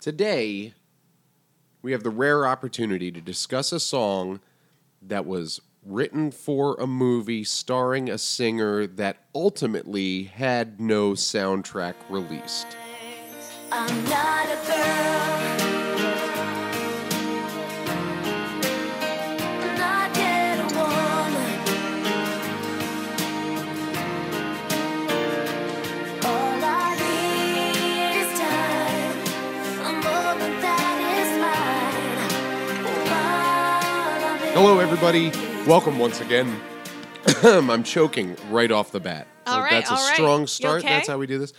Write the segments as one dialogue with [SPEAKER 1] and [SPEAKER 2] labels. [SPEAKER 1] Today, we have the rare opportunity to discuss a song that was written for a movie starring a singer that ultimately had no soundtrack released.
[SPEAKER 2] I'm not a girl. Not yet a woman. All I need is time, a moment that is mine. While I'm in
[SPEAKER 1] Hello, everybody. Welcome once again. I'm choking right off the bat.
[SPEAKER 3] All right,
[SPEAKER 1] That's a
[SPEAKER 3] all right.
[SPEAKER 1] strong
[SPEAKER 3] You
[SPEAKER 1] start.
[SPEAKER 3] okay?
[SPEAKER 1] That's how we do this.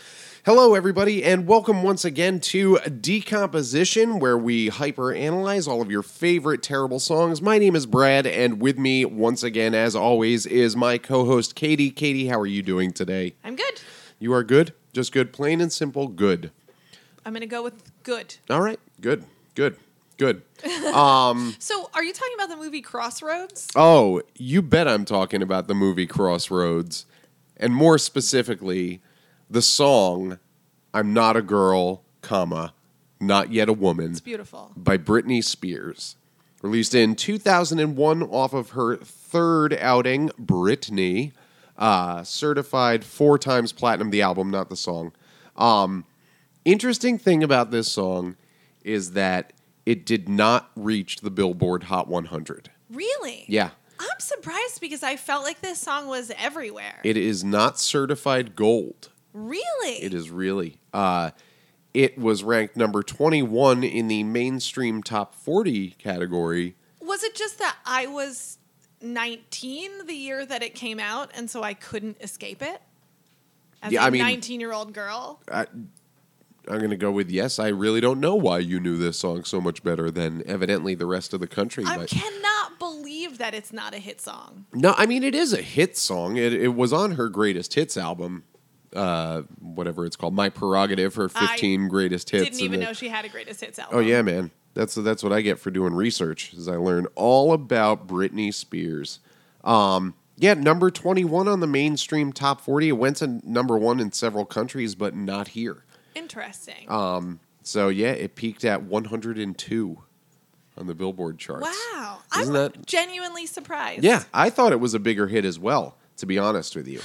[SPEAKER 1] Hello, everybody, and welcome once again to Decomposition, where we hyperanalyze all of your favorite terrible songs. My name is Brad, and with me, once again, as always, is my co host, Katie. Katie, how are you doing today?
[SPEAKER 3] I'm good.
[SPEAKER 1] You are good? Just good, plain and simple, good.
[SPEAKER 3] I'm going to go with good.
[SPEAKER 1] All right, good, good, good.
[SPEAKER 3] So, are you talking about the movie Crossroads?
[SPEAKER 1] Oh, you bet I'm talking about the movie Crossroads, and more specifically, the song I'm Not a Girl, comma, Not Yet a Woman
[SPEAKER 3] It's beautiful.
[SPEAKER 1] by Britney Spears. Released in 2001 off of her third outing, Britney, uh, certified four times platinum, the album, not the song. Um, interesting thing about this song is that it did not reach the Billboard Hot 100.
[SPEAKER 3] Really?
[SPEAKER 1] Yeah.
[SPEAKER 3] I'm surprised because I felt like this song was everywhere.
[SPEAKER 1] It is not certified gold.
[SPEAKER 3] really?
[SPEAKER 1] It is really. Uh, it was ranked number 21 in the mainstream top 40 category.
[SPEAKER 3] Was it just that I was 19 the year that it came out and so I couldn't escape it? As
[SPEAKER 1] Yeah,
[SPEAKER 3] a
[SPEAKER 1] I mean-
[SPEAKER 3] 19 year old girl?
[SPEAKER 1] I'm going to go with yes. I really don't know why you knew this song so much better than evidently the rest of the country.
[SPEAKER 3] I
[SPEAKER 1] but-
[SPEAKER 3] cannot believe that it's not a hit song.
[SPEAKER 1] No, I mean it is a hit song. It, it was on her greatest hits album, uh, whatever it's called, My Prerogative. Her
[SPEAKER 3] I
[SPEAKER 1] 15 greatest hits.
[SPEAKER 3] Didn't
[SPEAKER 1] and
[SPEAKER 3] even
[SPEAKER 1] the-
[SPEAKER 3] know she had a greatest hits album.
[SPEAKER 1] Oh yeah, man. That's that's what I get for doing research. Is I learn all about Britney Spears. Um, yeah, number twenty one on the mainstream top forty. It went to number one in several countries, but not here.
[SPEAKER 3] Interesting.
[SPEAKER 1] So yeah, it peaked at one hundred and two on the Billboard charts.
[SPEAKER 3] wow.
[SPEAKER 1] Isn't
[SPEAKER 3] I'm
[SPEAKER 1] that-
[SPEAKER 3] genuinely surprised.
[SPEAKER 1] Yeah, I thought it was a bigger hit as well. To be honest with you.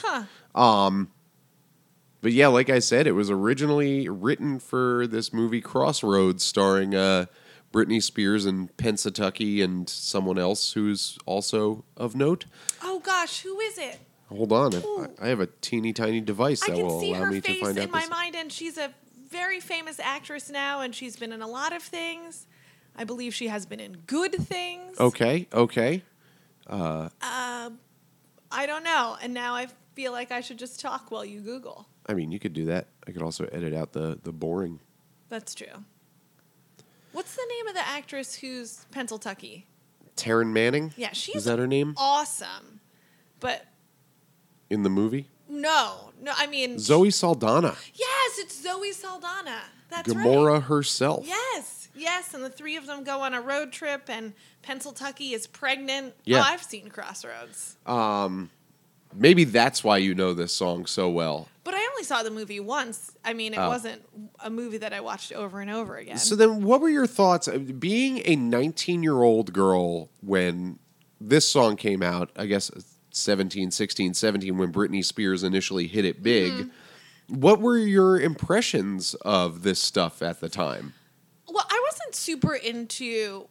[SPEAKER 1] Um,
[SPEAKER 3] Huh.
[SPEAKER 1] But yeah, like I said, it was originally written for this movie Crossroads, starring uh, Britney Spears and Pensatucky and someone else who's also of note.
[SPEAKER 3] Oh gosh, who is it?
[SPEAKER 1] Hold on, if
[SPEAKER 3] Ooh.
[SPEAKER 1] I, I have a teeny tiny device
[SPEAKER 3] I
[SPEAKER 1] that
[SPEAKER 3] can
[SPEAKER 1] will
[SPEAKER 3] see
[SPEAKER 1] allow
[SPEAKER 3] her
[SPEAKER 1] me to
[SPEAKER 3] face
[SPEAKER 1] find
[SPEAKER 3] in
[SPEAKER 1] out.
[SPEAKER 3] my
[SPEAKER 1] This.
[SPEAKER 3] mind, and she's a very famous actress now, and she's been in a lot of things. I believe she has been in good things.
[SPEAKER 1] Okay, okay.
[SPEAKER 3] I don't know, and now I feel like I should just talk while you Google.
[SPEAKER 1] I mean, you could do that. I could also edit out the the boring.
[SPEAKER 3] That's true. What's the name of the actress who's Pennsyltucky?
[SPEAKER 1] Taryn Manning.
[SPEAKER 3] Yeah, she's
[SPEAKER 1] is that her name
[SPEAKER 3] awesome, but
[SPEAKER 1] in the movie?
[SPEAKER 3] no, no. I mean,
[SPEAKER 1] Zoe Saldana,
[SPEAKER 3] yes, it's Zoe Saldana. That's right.
[SPEAKER 1] Gamora herself.
[SPEAKER 3] Yes, yes, and the three of them go on a road trip, and Pennsyltucky is pregnant.
[SPEAKER 1] Yeah.
[SPEAKER 3] Oh, I've seen Crossroads,
[SPEAKER 1] Maybe that's why you know this song so well.
[SPEAKER 3] but I only saw the movie once. I mean, it
[SPEAKER 1] Oh.
[SPEAKER 3] wasn't a movie that I watched over and over again.
[SPEAKER 1] So then, what were your thoughts uh, being a 19 year old girl when this song came out? I guess uh, 17, 16, 17, when Britney Spears initially hit it big.
[SPEAKER 3] Mm-hmm.
[SPEAKER 1] What were your impressions of this stuff at the time?
[SPEAKER 3] well, I wasn't super into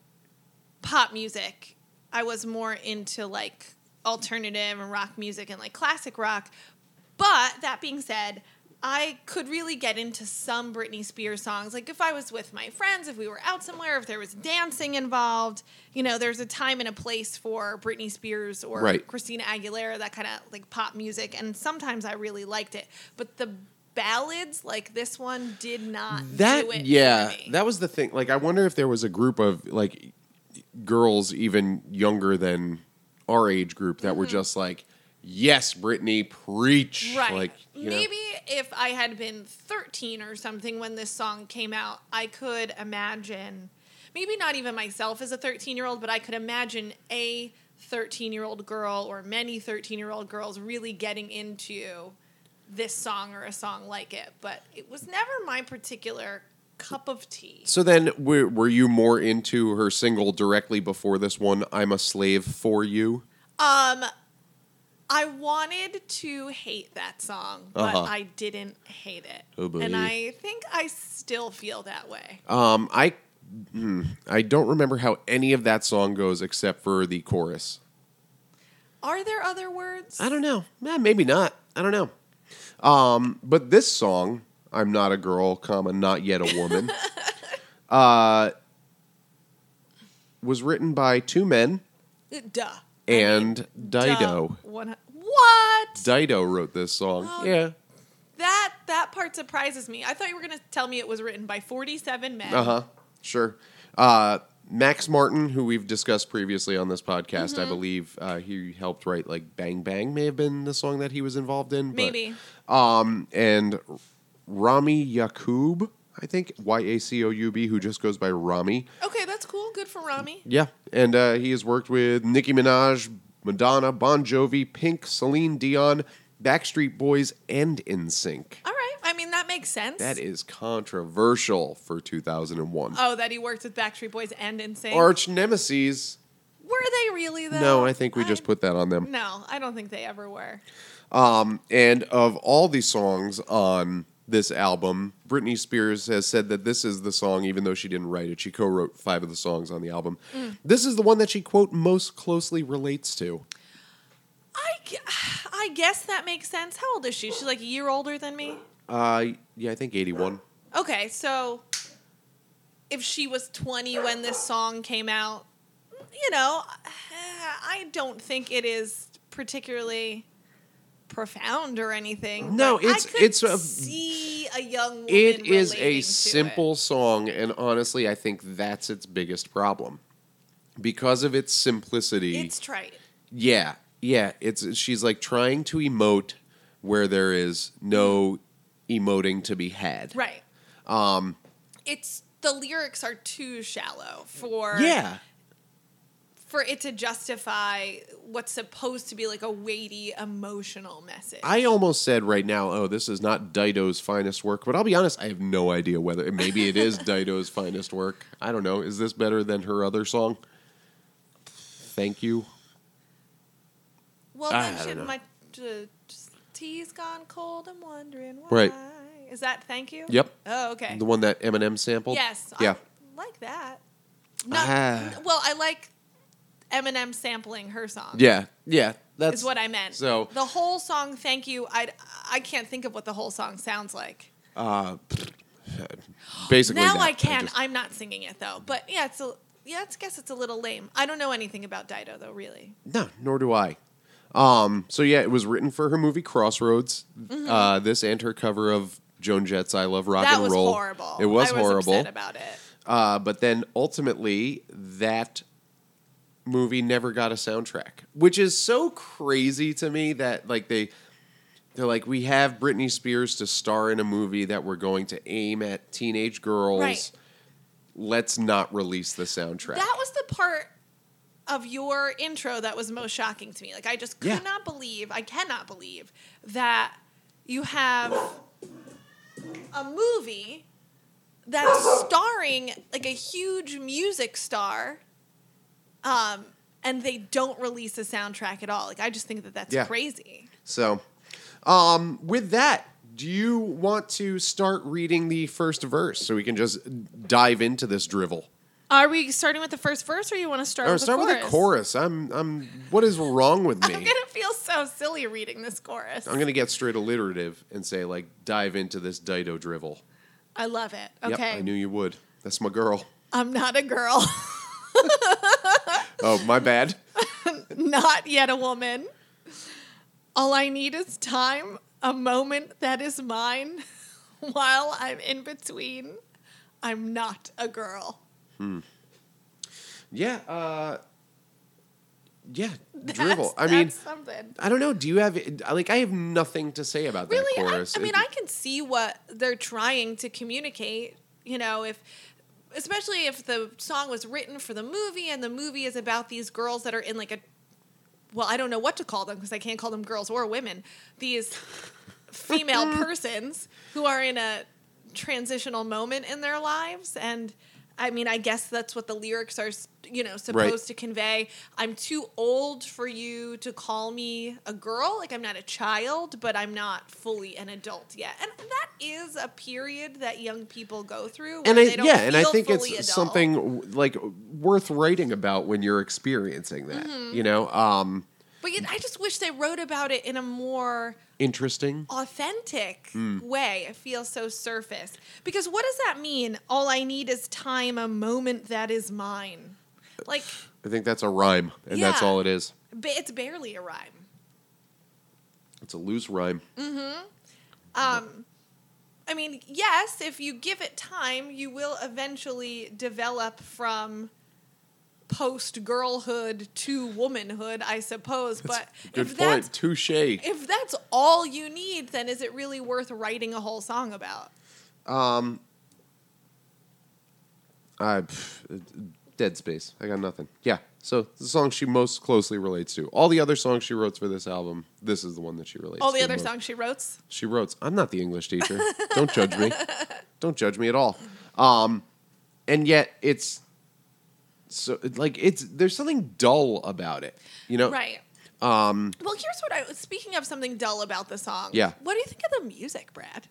[SPEAKER 3] pop music. I was more into like alternative and rock music and like classic rock. But that being said, I could really get into some Britney Spears songs. Like if I was with my friends, if we were out somewhere, if there was dancing involved, you know, there's a time and a place for Britney Spears or
[SPEAKER 1] Right.
[SPEAKER 3] Christina Aguilera, that kind of like pop music. And sometimes I really liked it. But the ballads like this one did not
[SPEAKER 1] That
[SPEAKER 3] do it
[SPEAKER 1] yeah,
[SPEAKER 3] for me.
[SPEAKER 1] that was the thing. Like, I wonder if there was a group of like girls even younger than our age group that were just like, "Yes, Britney, preach!"
[SPEAKER 3] Mm-hmm. Right.
[SPEAKER 1] Like, you know.
[SPEAKER 3] Maybe if I had been 13 or something when this song came out, I could imagine, maybe not even myself as a 13 year old, but I could imagine a 13 year old girl or many 13 year old girls really getting into this song or a song like it. But it was never my particular cup of tea.
[SPEAKER 1] So then, were, were you more into her single directly before this one, I'm a Slave for You?
[SPEAKER 3] Um, I wanted to hate that song, but
[SPEAKER 1] Uh-huh.
[SPEAKER 3] I didn't hate it.
[SPEAKER 1] Oh, boy.
[SPEAKER 3] and I think I still feel that way.
[SPEAKER 1] Um, I, hmm, I don't remember how any of that song goes except for the chorus.
[SPEAKER 3] Are there other words?
[SPEAKER 1] I don't know. Eh, maybe not. I don't know. Um, but this song, I'm not a girl, comma, not yet a woman, uh, was written by two men
[SPEAKER 3] Duh.
[SPEAKER 1] and Dido.
[SPEAKER 3] Duh. One- what?
[SPEAKER 1] Dido wrote this song.
[SPEAKER 3] Oh.
[SPEAKER 1] yeah.
[SPEAKER 3] That that part surprises me. I thought you were gonna tell me it was written by forty-seven men.
[SPEAKER 1] Uh huh. Sure. Uh, Max Martin, who we've discussed previously on this podcast, I believe uh, he helped write like "Bang Bang" may have been the song that he was involved in. but-
[SPEAKER 3] Maybe.
[SPEAKER 1] um, and Rami Yacoub, I think Y A C O U B, who just goes by Rami.
[SPEAKER 3] Okay, that's cool. Good for Rami.
[SPEAKER 1] Yeah, and uh, he has worked with Nicki Minaj, Madonna, Bon Jovi, Pink, Celine Dion, Backstreet Boys, and InSync.
[SPEAKER 3] All right. I mean, that makes sense.
[SPEAKER 1] That is controversial for 2001.
[SPEAKER 3] Oh, that he worked with Backstreet Boys and Insane.
[SPEAKER 1] Arch nemesis.
[SPEAKER 3] were they really though?
[SPEAKER 1] No, I think we just put that on them.
[SPEAKER 3] No, I don't think they ever were.
[SPEAKER 1] And of all the songs on this album, Britney Spears has said that this is the song, even though she didn't write it, she co wrote five of the songs on the album.
[SPEAKER 3] Mm.
[SPEAKER 1] This is the one that she, quote, most closely relates to.
[SPEAKER 3] I, gu- I guess that makes sense. How old is she? She's like a year older than me.
[SPEAKER 1] Uh, yeah, I think 81.
[SPEAKER 3] Okay, so if she was 20 when this song came out, you know, I don't think it is particularly profound or anything.
[SPEAKER 1] No,
[SPEAKER 3] but
[SPEAKER 1] it's-
[SPEAKER 3] I could
[SPEAKER 1] it's a-
[SPEAKER 3] see a young woman.
[SPEAKER 1] It is
[SPEAKER 3] relating to
[SPEAKER 1] a
[SPEAKER 3] it.
[SPEAKER 1] simple song, and honestly, I think that's its biggest problem. Because of its simplicity.
[SPEAKER 3] It's trite.
[SPEAKER 1] Yeah, yeah. It's she's like trying to emote where there is no emoting to be had.
[SPEAKER 3] Right. Um it's the lyrics are too shallow for
[SPEAKER 1] Yeah,
[SPEAKER 3] for it to justify what's supposed to be like a weighty emotional message.
[SPEAKER 1] I almost said right now, oh, this is not Dido's finest work, but I'll be honest, I have no idea whether maybe it is Dido's finest work. I don't know. Is this better than her other song? Thank you.
[SPEAKER 3] well,
[SPEAKER 1] I
[SPEAKER 3] then
[SPEAKER 1] don't
[SPEAKER 3] should
[SPEAKER 1] know.
[SPEAKER 3] my uh, just tea's gone cold. I'm wondering why.
[SPEAKER 1] Right.
[SPEAKER 3] Is that thank you?
[SPEAKER 1] Yep.
[SPEAKER 3] Oh, okay.
[SPEAKER 1] The one that Eminem sampled.
[SPEAKER 3] yes.
[SPEAKER 1] Yeah.
[SPEAKER 3] I like that. No.
[SPEAKER 1] Ah.
[SPEAKER 3] Well, I like Eminem sampling her song.
[SPEAKER 1] yeah. Yeah. That's
[SPEAKER 3] Is what I meant.
[SPEAKER 1] So-
[SPEAKER 3] the whole song, thank you. I I can't think of what the whole song sounds like.
[SPEAKER 1] uh, basically.
[SPEAKER 3] Now
[SPEAKER 1] that.
[SPEAKER 3] I can. I
[SPEAKER 1] just-
[SPEAKER 3] am not singing it though. But yeah, it's a yeah. I guess it's a little lame. I don't know anything about Dido though, really.
[SPEAKER 1] No, nor do I. Um, so yeah, it was written for her movie Crossroads. Uh, this and her cover of Joan Jett's "I Love Rock
[SPEAKER 3] Mm-hmm. that
[SPEAKER 1] and
[SPEAKER 3] was
[SPEAKER 1] Roll."
[SPEAKER 3] horrible.
[SPEAKER 1] It was,
[SPEAKER 3] I
[SPEAKER 1] horrible.
[SPEAKER 3] Upset about it.
[SPEAKER 1] uh, but then ultimately, that movie never got a soundtrack, which is so crazy to me that like they they're like we have Britney Spears to star in a movie that we're going to aim at teenage girls.
[SPEAKER 3] Right.
[SPEAKER 1] Let's not release the soundtrack.
[SPEAKER 3] That was the part of your intro that was most shocking to me. Like I just could
[SPEAKER 1] Yeah.
[SPEAKER 3] not believe. I cannot believe that you have a movie that's starring like a huge music star. Um. And they don't release a soundtrack at all. Like I just think that that's
[SPEAKER 1] Yeah.
[SPEAKER 3] crazy.
[SPEAKER 1] So, um, with that, do you want to start reading the first verse so we can just dive into this drivel?
[SPEAKER 3] Are we starting with the first verse, or you want to start?
[SPEAKER 1] Or
[SPEAKER 3] with
[SPEAKER 1] start
[SPEAKER 3] the
[SPEAKER 1] with
[SPEAKER 3] chorus?
[SPEAKER 1] a chorus. I'm, I'm. What is wrong with me?
[SPEAKER 3] I'm gonna feel so silly reading this chorus.
[SPEAKER 1] I'm gonna get straight alliterative and say like, dive into this Dido drivel.
[SPEAKER 3] I love it.
[SPEAKER 1] Yep,
[SPEAKER 3] Okay,
[SPEAKER 1] I knew you would. That's my girl.
[SPEAKER 3] I'm not a girl,
[SPEAKER 1] Oh, my bad.
[SPEAKER 3] not yet a woman. All I need is time, a moment that is mine. While I'm in between, I'm not a girl.
[SPEAKER 1] Yeah. Uh, yeah.
[SPEAKER 3] That's-
[SPEAKER 1] Drivel. I mean,
[SPEAKER 3] that's something.
[SPEAKER 1] I don't know. Do you have like? I have nothing to say about
[SPEAKER 3] really
[SPEAKER 1] that
[SPEAKER 3] I,
[SPEAKER 1] chorus.
[SPEAKER 3] I mean
[SPEAKER 1] It-
[SPEAKER 3] i can see what they're trying to communicate you know if especially if the song was written for the movie and the movie is about these girls that are in like a well i don't know what to call them because i can't call them girls or women these female persons who are in a transitional moment in their lives and I mean, I guess that's what the lyrics are, you know, supposed to convey. I'm too old for you to call me a girl. Like I'm not a child, but I'm not fully an adult yet. And that is a period that young people go through. Where
[SPEAKER 1] and I,
[SPEAKER 3] they don't
[SPEAKER 1] yeah, and I
[SPEAKER 3] feel
[SPEAKER 1] think it's
[SPEAKER 3] fully adult.
[SPEAKER 1] something w- like worth writing about when you're experiencing that.
[SPEAKER 3] Mm-hmm.
[SPEAKER 1] You know, um,
[SPEAKER 3] But yet, I just wish they wrote about it in a more
[SPEAKER 1] interesting.
[SPEAKER 3] authentic
[SPEAKER 1] Mm.
[SPEAKER 3] way. It feels so surface. Because what does that mean? All I need is time, a moment that is mine. Like,
[SPEAKER 1] I think that's a rhyme, and that's
[SPEAKER 3] Yeah.
[SPEAKER 1] all it is.
[SPEAKER 3] ba- it's barely a rhyme.
[SPEAKER 1] It's a loose rhyme.
[SPEAKER 3] Mm, Um, I mean, yes, if you give it time, you will eventually develop from post girlhood to womanhood, I suppose. But
[SPEAKER 1] Good
[SPEAKER 3] if that's
[SPEAKER 1] point. Touche.
[SPEAKER 3] if that's all you need, then is it really worth writing a whole song about?
[SPEAKER 1] I pff, dead space. I got nothing. Yeah. So the song she most closely relates to. All the other songs she wrote for this album, this is the one that she relates.
[SPEAKER 3] All the
[SPEAKER 1] to
[SPEAKER 3] other
[SPEAKER 1] most.
[SPEAKER 3] songs she wrote.
[SPEAKER 1] she wrote. I'm not the English teacher. Don't judge me. Don't judge me at all. Um, and yet it's so like it's there's something dull about it. You know.
[SPEAKER 3] Right. Um, well, here's what I speaking of something dull about the song.
[SPEAKER 1] Yeah.
[SPEAKER 3] What do you think of the music, Brad?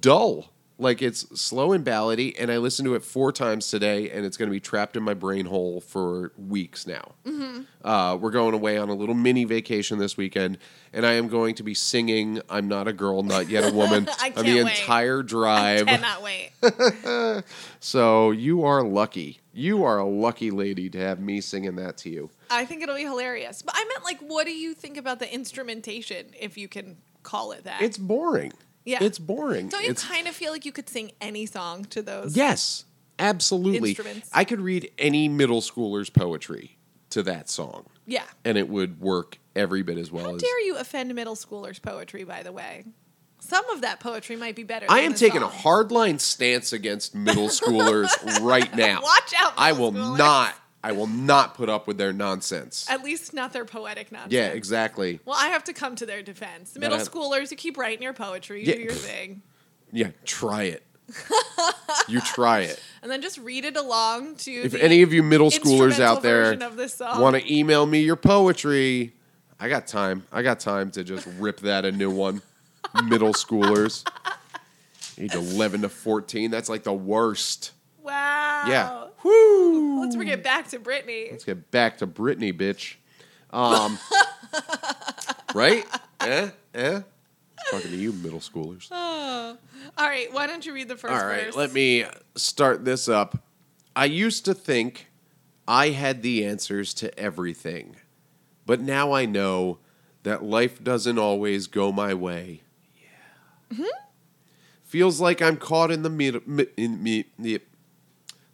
[SPEAKER 1] Dull. Like it's slow and ballady, and I listened to it four times today, and it's going to be trapped in my brain hole for weeks now.
[SPEAKER 3] Mm-hmm.
[SPEAKER 1] Uh, we're going away on a little mini vacation this weekend, and I am going to be singing "I'm Not a Girl, Not Yet a Woman"
[SPEAKER 3] I
[SPEAKER 1] on
[SPEAKER 3] can't
[SPEAKER 1] the
[SPEAKER 3] wait.
[SPEAKER 1] entire drive.
[SPEAKER 3] Cannot wait.
[SPEAKER 1] So you are lucky. You are a lucky lady to have me singing that to you.
[SPEAKER 3] I think it'll be hilarious. But I meant like, what do you think about the instrumentation, if you can call it that?
[SPEAKER 1] It's boring.
[SPEAKER 3] Yeah.
[SPEAKER 1] It's boring.
[SPEAKER 3] Don't you
[SPEAKER 1] It's-
[SPEAKER 3] kind of feel like you could sing any song to those?
[SPEAKER 1] yes, absolutely.
[SPEAKER 3] Instruments.
[SPEAKER 1] I could read any middle schooler's poetry to that song,
[SPEAKER 3] Yeah.
[SPEAKER 1] and it would work every bit as well
[SPEAKER 3] How
[SPEAKER 1] as.
[SPEAKER 3] dare you offend middle schoolers' poetry? By the way, some of that poetry might be better.
[SPEAKER 1] I
[SPEAKER 3] than
[SPEAKER 1] am
[SPEAKER 3] the
[SPEAKER 1] taking a
[SPEAKER 3] song.
[SPEAKER 1] hardline stance against middle schoolers right now.
[SPEAKER 3] Watch out,
[SPEAKER 1] I
[SPEAKER 3] middle
[SPEAKER 1] will
[SPEAKER 3] schoolers.
[SPEAKER 1] not. I will not put up with their nonsense.
[SPEAKER 3] At least not their poetic nonsense.
[SPEAKER 1] yeah, exactly.
[SPEAKER 3] Well, I have to come to their defense. Middle
[SPEAKER 1] I-
[SPEAKER 3] schoolers, you keep writing your poetry, you
[SPEAKER 1] Yeah.
[SPEAKER 3] do your thing,
[SPEAKER 1] Yeah, try it. you try it.
[SPEAKER 3] and then just read it along to.
[SPEAKER 1] If
[SPEAKER 3] the
[SPEAKER 1] any of you middle schoolers
[SPEAKER 3] instrumental
[SPEAKER 1] out there
[SPEAKER 3] version of this song.
[SPEAKER 1] want to email me your poetry, I got time. I got time to just rip that a new one. middle schoolers, age eleven to fourteen. That's like the worst.
[SPEAKER 3] wow.
[SPEAKER 1] Yeah. Woo.
[SPEAKER 3] Let's bring it back to Brittany.
[SPEAKER 1] Let's get back to Brittany, bitch. Um, right? Eh? Eh? Talking to you, middle schoolers.
[SPEAKER 3] All right, why don't you read the first
[SPEAKER 1] All right,
[SPEAKER 3] verse?
[SPEAKER 1] let me start this up. I used to think I had the answers to everything, but now I know that life doesn't always go my way. Yeah.
[SPEAKER 3] Mm-hmm.
[SPEAKER 1] Feels like I'm caught in the middle. Mi- in me- the-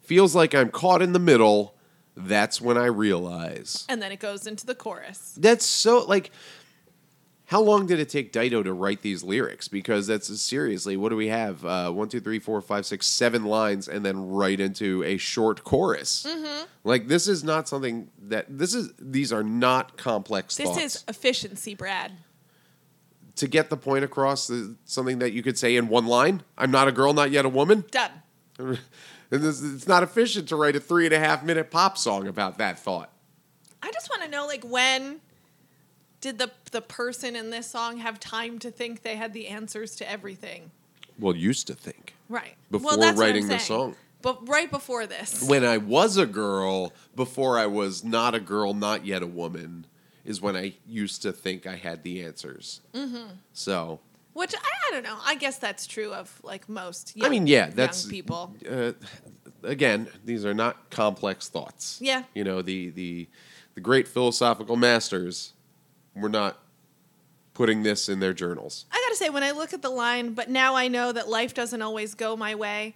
[SPEAKER 1] feels like I'm caught in the middle. That's when I realize.
[SPEAKER 3] And then it goes into the chorus.
[SPEAKER 1] That's so like how long did it take Dido to write these lyrics? Because that's seriously, what do we have? Uh, one, two, three, four, five, six, seven lines, and then right into a short chorus.
[SPEAKER 3] Mm-hmm.
[SPEAKER 1] Like this is not something that this is. These are not complex
[SPEAKER 3] This
[SPEAKER 1] thoughts.
[SPEAKER 3] is efficiency, Brad.
[SPEAKER 1] to get the point across. is Something that you could say in one line. I'm not a girl, not yet a woman.
[SPEAKER 3] Done.
[SPEAKER 1] And this- it's not efficient to write a three and a half minute pop song about that thought.
[SPEAKER 3] I just want to know, like, when did the the person in this song have time to think they had the answers to everything?
[SPEAKER 1] Well, used to think.
[SPEAKER 3] Right.
[SPEAKER 1] Before
[SPEAKER 3] what I'm
[SPEAKER 1] writing the
[SPEAKER 3] saying.
[SPEAKER 1] song.
[SPEAKER 3] But right before this.
[SPEAKER 1] when I was a girl, before I was not a girl, not yet a woman, is when I used to think I had the answers. Mm-hmm. So,
[SPEAKER 3] Which I, I don't know. I guess that's true of like most. Young,
[SPEAKER 1] I mean, yeah, that's
[SPEAKER 3] young people.
[SPEAKER 1] Uh, again, these are not complex thoughts.
[SPEAKER 3] Yeah.
[SPEAKER 1] you know the the the great philosophical masters were not putting this in their journals.
[SPEAKER 3] I gotta say, when I look at the line, but now I know that life doesn't always go my way.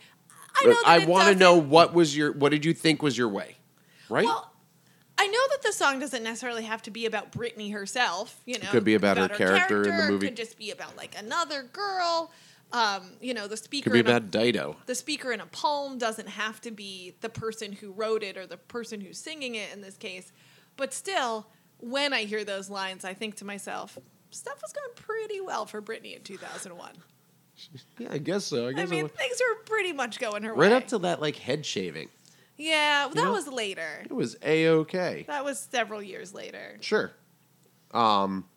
[SPEAKER 3] I know.
[SPEAKER 1] But
[SPEAKER 3] That
[SPEAKER 1] Uh, I
[SPEAKER 3] it
[SPEAKER 1] want to
[SPEAKER 3] doesn't-
[SPEAKER 1] know what was your what did you think was your way, right?
[SPEAKER 3] Well, I know that the song doesn't necessarily have to be about Britney herself. You know,
[SPEAKER 1] could be about her character in the movie.
[SPEAKER 3] It could just be about like another girl. Um, you know, the speaker.
[SPEAKER 1] Could be
[SPEAKER 3] in a-
[SPEAKER 1] about Dido.
[SPEAKER 3] the speaker in a poem doesn't have to be the person who wrote it or the person who's singing it in this case. But still, when I hear those lines, I think to myself, stuff was going pretty well for Britney in 2001.
[SPEAKER 1] Yeah, I guess so. I
[SPEAKER 3] I
[SPEAKER 1] guess
[SPEAKER 3] mean,
[SPEAKER 1] it was-
[SPEAKER 3] things were pretty much going her
[SPEAKER 1] right
[SPEAKER 3] way.
[SPEAKER 1] up to that like head shaving,
[SPEAKER 3] yeah, well, that
[SPEAKER 1] know?
[SPEAKER 3] was later.
[SPEAKER 1] it was a okay.
[SPEAKER 3] That was several years later.
[SPEAKER 1] Sure. Um,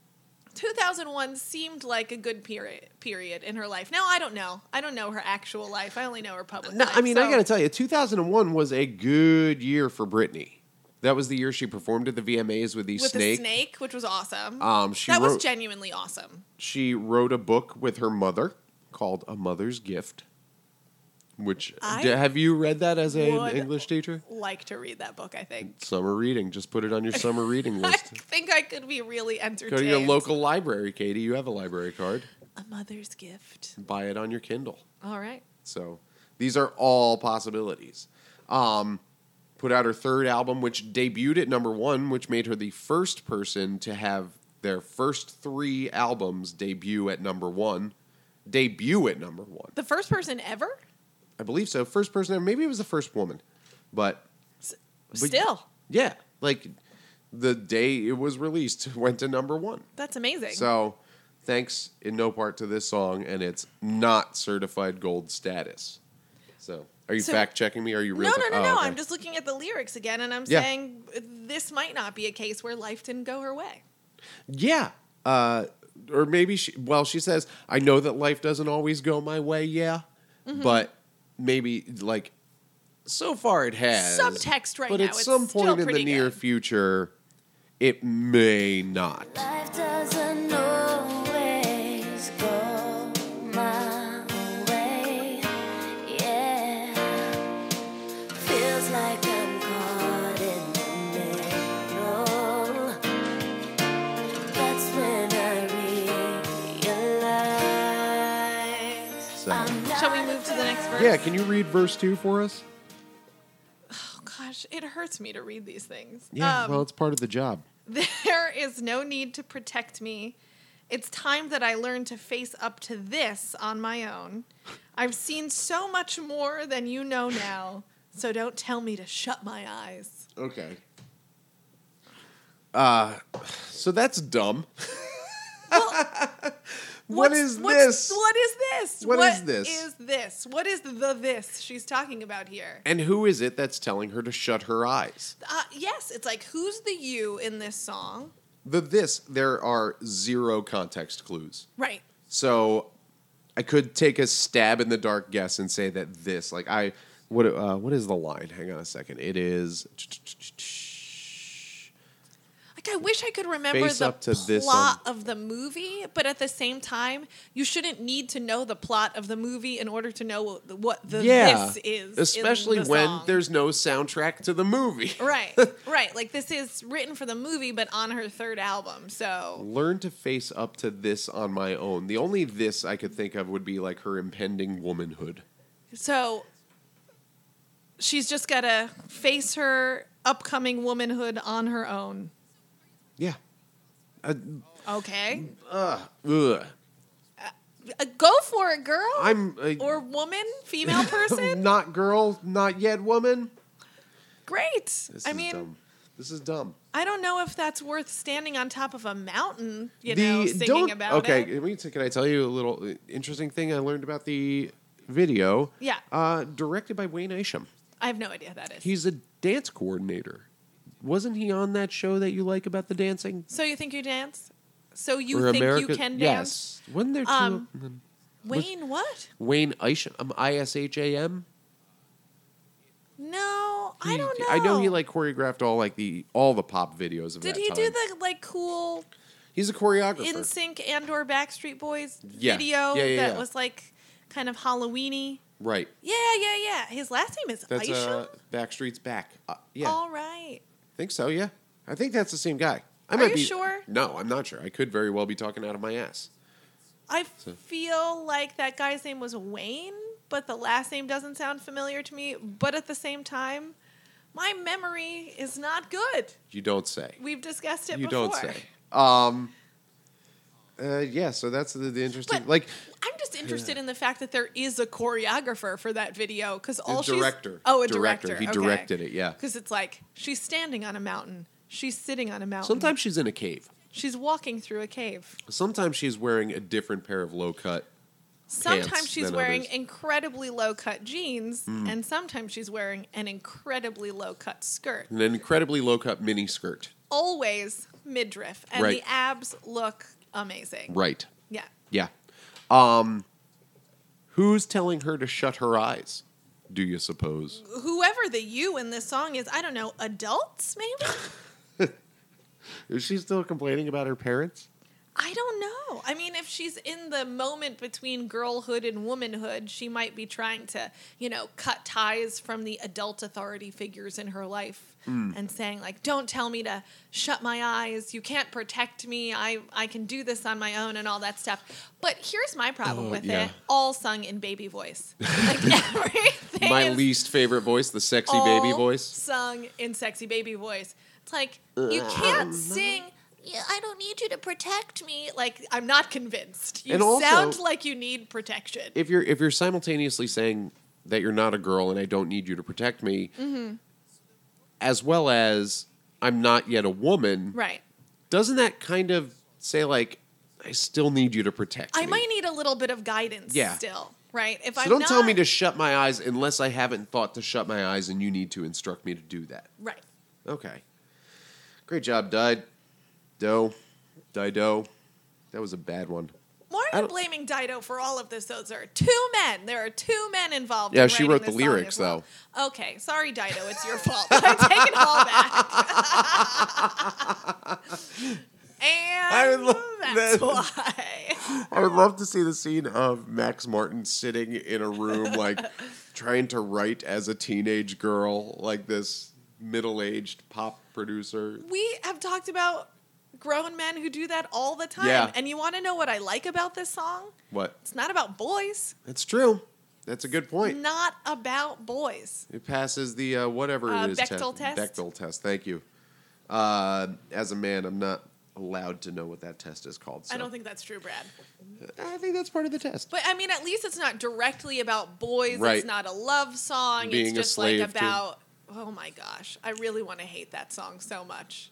[SPEAKER 3] 2001 seemed like a good period period in her life. Now I don't know. I don't know her actual life. I only know her public
[SPEAKER 1] no,
[SPEAKER 3] life.
[SPEAKER 1] I mean, I
[SPEAKER 3] so-
[SPEAKER 1] got to tell you, 2001 was a good year for Britney. That was the year she performed at the VMAs with the
[SPEAKER 3] with
[SPEAKER 1] snake.
[SPEAKER 3] the snake, which was awesome.
[SPEAKER 1] Um, she
[SPEAKER 3] that
[SPEAKER 1] wrote-
[SPEAKER 3] was genuinely awesome.
[SPEAKER 1] She wrote a book with her mother called A Mother's Gift. Which
[SPEAKER 3] I
[SPEAKER 1] d- have you read that as an
[SPEAKER 3] would-
[SPEAKER 1] English teacher?
[SPEAKER 3] Like to read that book. I think.
[SPEAKER 1] Summer reading. Just put it on your summer reading
[SPEAKER 3] I
[SPEAKER 1] list.
[SPEAKER 3] think I could be really entertained.
[SPEAKER 1] Go to your local library, Katie. You have a library card.
[SPEAKER 3] A mother's gift.
[SPEAKER 1] Buy it on your Kindle.
[SPEAKER 3] All right.
[SPEAKER 1] So these are all possibilities. Um, put out her third album, which debuted at number one, which made her the first person to have their first three albums debut at number one. Debut at number one.
[SPEAKER 3] The first person ever.
[SPEAKER 1] I believe so. First person, maybe it was the first woman, but But-
[SPEAKER 3] Still,
[SPEAKER 1] yeah, like the day it was released went to number one.
[SPEAKER 3] that's amazing.
[SPEAKER 1] So thanks in no part to this song, and it's not certified gold status. So are you
[SPEAKER 3] So-
[SPEAKER 1] fact checking me? Are you
[SPEAKER 3] no,
[SPEAKER 1] real?
[SPEAKER 3] no,
[SPEAKER 1] ti-
[SPEAKER 3] no,
[SPEAKER 1] Oh,
[SPEAKER 3] no.
[SPEAKER 1] okay.
[SPEAKER 3] I'm just looking at the lyrics again, and I'm
[SPEAKER 1] Yeah.
[SPEAKER 3] saying this might not be a case where life didn't go her way.
[SPEAKER 1] yeah. Uh, or maybe she. Well, she says, "I know that life doesn't always go my way." Yeah,
[SPEAKER 3] Mm-hmm.
[SPEAKER 1] but maybe like so far it has
[SPEAKER 3] Subtext right
[SPEAKER 1] But
[SPEAKER 3] now,
[SPEAKER 1] at
[SPEAKER 3] it's
[SPEAKER 1] some
[SPEAKER 3] still
[SPEAKER 1] point in the
[SPEAKER 3] pretty
[SPEAKER 1] near
[SPEAKER 3] good.
[SPEAKER 1] future, it may not.
[SPEAKER 2] Life doesn't always go my way. Yeah, feels like I'm caught in the middle. That's when I realize.
[SPEAKER 1] So.
[SPEAKER 2] I'm
[SPEAKER 3] Shall we
[SPEAKER 2] not
[SPEAKER 3] move to the next verse?
[SPEAKER 1] Yeah, can you read verse two for us?
[SPEAKER 3] Oh, gosh, it hurts me to read these things.
[SPEAKER 1] Yeah,
[SPEAKER 3] Um,
[SPEAKER 1] well, it's part of the job.
[SPEAKER 3] There is no need to protect me. It's time that I learn to face up to this on my own. I've seen so much more than you know now, so don't tell me to shut my eyes.
[SPEAKER 1] Okay. Uh, so that's dumb. what
[SPEAKER 3] What's-
[SPEAKER 1] is
[SPEAKER 3] what's-
[SPEAKER 1] this?
[SPEAKER 3] What is this?
[SPEAKER 1] What is this?
[SPEAKER 3] is this? What is the this she's talking about here?
[SPEAKER 1] And who is it that's telling her to shut her eyes?
[SPEAKER 3] Uh, yes, it's like who's the you in this song?
[SPEAKER 1] The this, there are zero context clues.
[SPEAKER 3] Right.
[SPEAKER 1] So I could take a stab in the dark guess and say that this, like I, what, uh, what is the line? Hang on a second. It is
[SPEAKER 3] Like I wish I could remember
[SPEAKER 1] Face
[SPEAKER 3] the
[SPEAKER 1] up to this um,
[SPEAKER 3] plot of the movie, but at the same time, you shouldn't need to know the plot of the movie in order to know what the, what the this is. in
[SPEAKER 1] especially
[SPEAKER 3] the
[SPEAKER 1] when
[SPEAKER 3] song.
[SPEAKER 1] there's no soundtrack to the movie.
[SPEAKER 3] right, right. Like this is written for the movie, but on her third album. So
[SPEAKER 1] learn to face up to this on my own. The only this I could think of would be like her impending womanhood.
[SPEAKER 3] so she's just gotta face her upcoming womanhood on her own.
[SPEAKER 1] Yeah. Uh,
[SPEAKER 3] Okay,
[SPEAKER 1] ugh.
[SPEAKER 3] Uh, go for it, girl.
[SPEAKER 1] I'm uh,
[SPEAKER 3] or woman, female person.
[SPEAKER 1] not girl, not yet woman.
[SPEAKER 3] Great.
[SPEAKER 1] This
[SPEAKER 3] I
[SPEAKER 1] is
[SPEAKER 3] mean.
[SPEAKER 1] dumb. This is dumb.
[SPEAKER 3] I don't know if that's worth standing on top of a mountain, you know, singing
[SPEAKER 1] don't-
[SPEAKER 3] about
[SPEAKER 1] okay,
[SPEAKER 3] it.
[SPEAKER 1] Can, we, can I tell you a little uh, interesting thing I learned about the video?
[SPEAKER 3] Yeah.
[SPEAKER 1] Uh, directed by Wayne Isham.
[SPEAKER 3] I have no idea who that is.
[SPEAKER 1] He's a dance coordinator. Wasn't he on that show that you like about the dancing?
[SPEAKER 3] so you think you dance? So you
[SPEAKER 1] Or
[SPEAKER 3] think
[SPEAKER 1] America-
[SPEAKER 3] you can dance?
[SPEAKER 1] Yes. Wasn't there two?
[SPEAKER 3] Um,
[SPEAKER 1] of them?
[SPEAKER 3] Wayne, what?
[SPEAKER 1] Wayne Isham, um, I S H A M.
[SPEAKER 3] No, I don't know.
[SPEAKER 1] I know he like choreographed all like the all the pop videos of
[SPEAKER 3] Did
[SPEAKER 1] that
[SPEAKER 3] he do
[SPEAKER 1] time.
[SPEAKER 3] the like cool
[SPEAKER 1] He's a choreographer.
[SPEAKER 3] In Sync and or Backstreet Boys
[SPEAKER 1] Yeah. Yeah,
[SPEAKER 3] video
[SPEAKER 1] yeah,
[SPEAKER 3] that
[SPEAKER 1] yeah.
[SPEAKER 3] was like kind of Halloweeny?
[SPEAKER 1] right.
[SPEAKER 3] Yeah, yeah, yeah. His last name is
[SPEAKER 1] That's
[SPEAKER 3] Isham.
[SPEAKER 1] uh, Backstreet's back. Uh, yeah,
[SPEAKER 3] All right.
[SPEAKER 1] I think so. Yeah, I think that's the same guy. I
[SPEAKER 3] Are
[SPEAKER 1] might
[SPEAKER 3] you
[SPEAKER 1] be
[SPEAKER 3] sure?
[SPEAKER 1] No, I'm not sure. I could very well be talking out of my ass.
[SPEAKER 3] I feel like that guy's name was Wayne, but the last name doesn't sound familiar to me. But at the same time, my memory is not good.
[SPEAKER 1] You don't say.
[SPEAKER 3] We've discussed it
[SPEAKER 1] You
[SPEAKER 3] before.
[SPEAKER 1] don't say. Um. Uh, yeah, so that's the, the interesting.
[SPEAKER 3] But-
[SPEAKER 1] like,
[SPEAKER 3] I'm just interested in the fact that there is a choreographer for that video because all she's
[SPEAKER 1] director.
[SPEAKER 3] oh a
[SPEAKER 1] Director.
[SPEAKER 3] director,
[SPEAKER 1] He directed it, yeah.
[SPEAKER 3] because it's like she's standing on a mountain, she's sitting on a mountain,
[SPEAKER 1] sometimes she's in a cave.
[SPEAKER 3] she's walking through a cave.
[SPEAKER 1] Sometimes she's wearing a different pair of low cut
[SPEAKER 3] Sometimes
[SPEAKER 1] pants
[SPEAKER 3] she's
[SPEAKER 1] than
[SPEAKER 3] wearing
[SPEAKER 1] others. Mm.
[SPEAKER 3] incredibly low cut jeans, and sometimes she's wearing an incredibly low cut skirt.
[SPEAKER 1] an incredibly low cut mini skirt.
[SPEAKER 3] Always midriff, and
[SPEAKER 1] Right.
[SPEAKER 3] the abs look amazing.
[SPEAKER 1] Right.
[SPEAKER 3] Yeah.
[SPEAKER 1] Yeah. Um, who's telling her to shut her eyes? Do you suppose?
[SPEAKER 3] Whoever the you in this song is, I don't know, adults maybe?
[SPEAKER 1] Is she still complaining about her parents?
[SPEAKER 3] I don't know. I mean, if she's in the moment between girlhood and womanhood, she might be trying to, you know, cut ties from the adult authority figures in her life
[SPEAKER 1] Hmm.
[SPEAKER 3] and saying like, "Don't tell me to shut my eyes. You can't protect me. I I can do this on my own and all that stuff." But here's my problem
[SPEAKER 1] Oh,
[SPEAKER 3] with
[SPEAKER 1] yeah.
[SPEAKER 3] it: all sung in baby voice. Like everything.
[SPEAKER 1] My
[SPEAKER 3] is
[SPEAKER 1] least favorite voice, the sexy
[SPEAKER 3] all
[SPEAKER 1] baby voice.
[SPEAKER 3] sung in sexy baby voice. It's like you can't sing. "Yeah, I don't need you to protect me. Like I'm not convinced. You
[SPEAKER 1] And also-
[SPEAKER 3] sound like you need protection.
[SPEAKER 1] If you're if you're simultaneously saying that you're not a girl and I don't need you to protect me,
[SPEAKER 3] Mm-hmm.
[SPEAKER 1] as well as I'm not yet a woman,
[SPEAKER 3] right.
[SPEAKER 1] doesn't that kind of say like I still need you to protect
[SPEAKER 3] I
[SPEAKER 1] me?
[SPEAKER 3] might need a little bit of guidance
[SPEAKER 1] Yeah.
[SPEAKER 3] still. Right. If
[SPEAKER 1] so
[SPEAKER 3] I'm
[SPEAKER 1] don't
[SPEAKER 3] not,
[SPEAKER 1] tell me to shut my eyes unless I haven't thought to shut my eyes and you need to instruct me to do that.
[SPEAKER 3] Right.
[SPEAKER 1] Okay. Great job, Dido. Doe. Dido. That was a bad one. I
[SPEAKER 3] Why are you
[SPEAKER 1] don't-
[SPEAKER 3] blaming Dido for all of this? Those are two men. There are two men involved.
[SPEAKER 1] Yeah,
[SPEAKER 3] in
[SPEAKER 1] she
[SPEAKER 3] writing
[SPEAKER 1] wrote
[SPEAKER 3] this
[SPEAKER 1] the
[SPEAKER 3] song
[SPEAKER 1] lyrics,
[SPEAKER 3] as well. Okay, sorry, Dido, it's your fault. I take it all back. and
[SPEAKER 1] I would love
[SPEAKER 3] that's
[SPEAKER 1] that.
[SPEAKER 3] why.
[SPEAKER 1] I would love to see the scene of Max Martin sitting in a room, like trying to write as a teenage girl, like this middle aged pop producer.
[SPEAKER 3] We have talked about grown men who do that all the time.
[SPEAKER 1] Yeah.
[SPEAKER 3] And you want to know what I like about this song?
[SPEAKER 1] What?
[SPEAKER 3] It's not about boys.
[SPEAKER 1] That's true. That's a good point.
[SPEAKER 3] Not about boys.
[SPEAKER 1] It passes the uh, whatever
[SPEAKER 3] Uh,
[SPEAKER 1] it is
[SPEAKER 3] Bechtel test?
[SPEAKER 1] Bechtel test. Thank you. Uh, as a man, I'm not allowed to know what that test is called. So.
[SPEAKER 3] I don't think that's true, Brad.
[SPEAKER 1] I think that's part of the test.
[SPEAKER 3] But I mean, at least it's not directly about boys.
[SPEAKER 1] Right.
[SPEAKER 3] It's not a love song.
[SPEAKER 1] Being a
[SPEAKER 3] it's just
[SPEAKER 1] slave
[SPEAKER 3] like
[SPEAKER 1] to-
[SPEAKER 3] about. Oh my gosh, I really want to hate that song so much.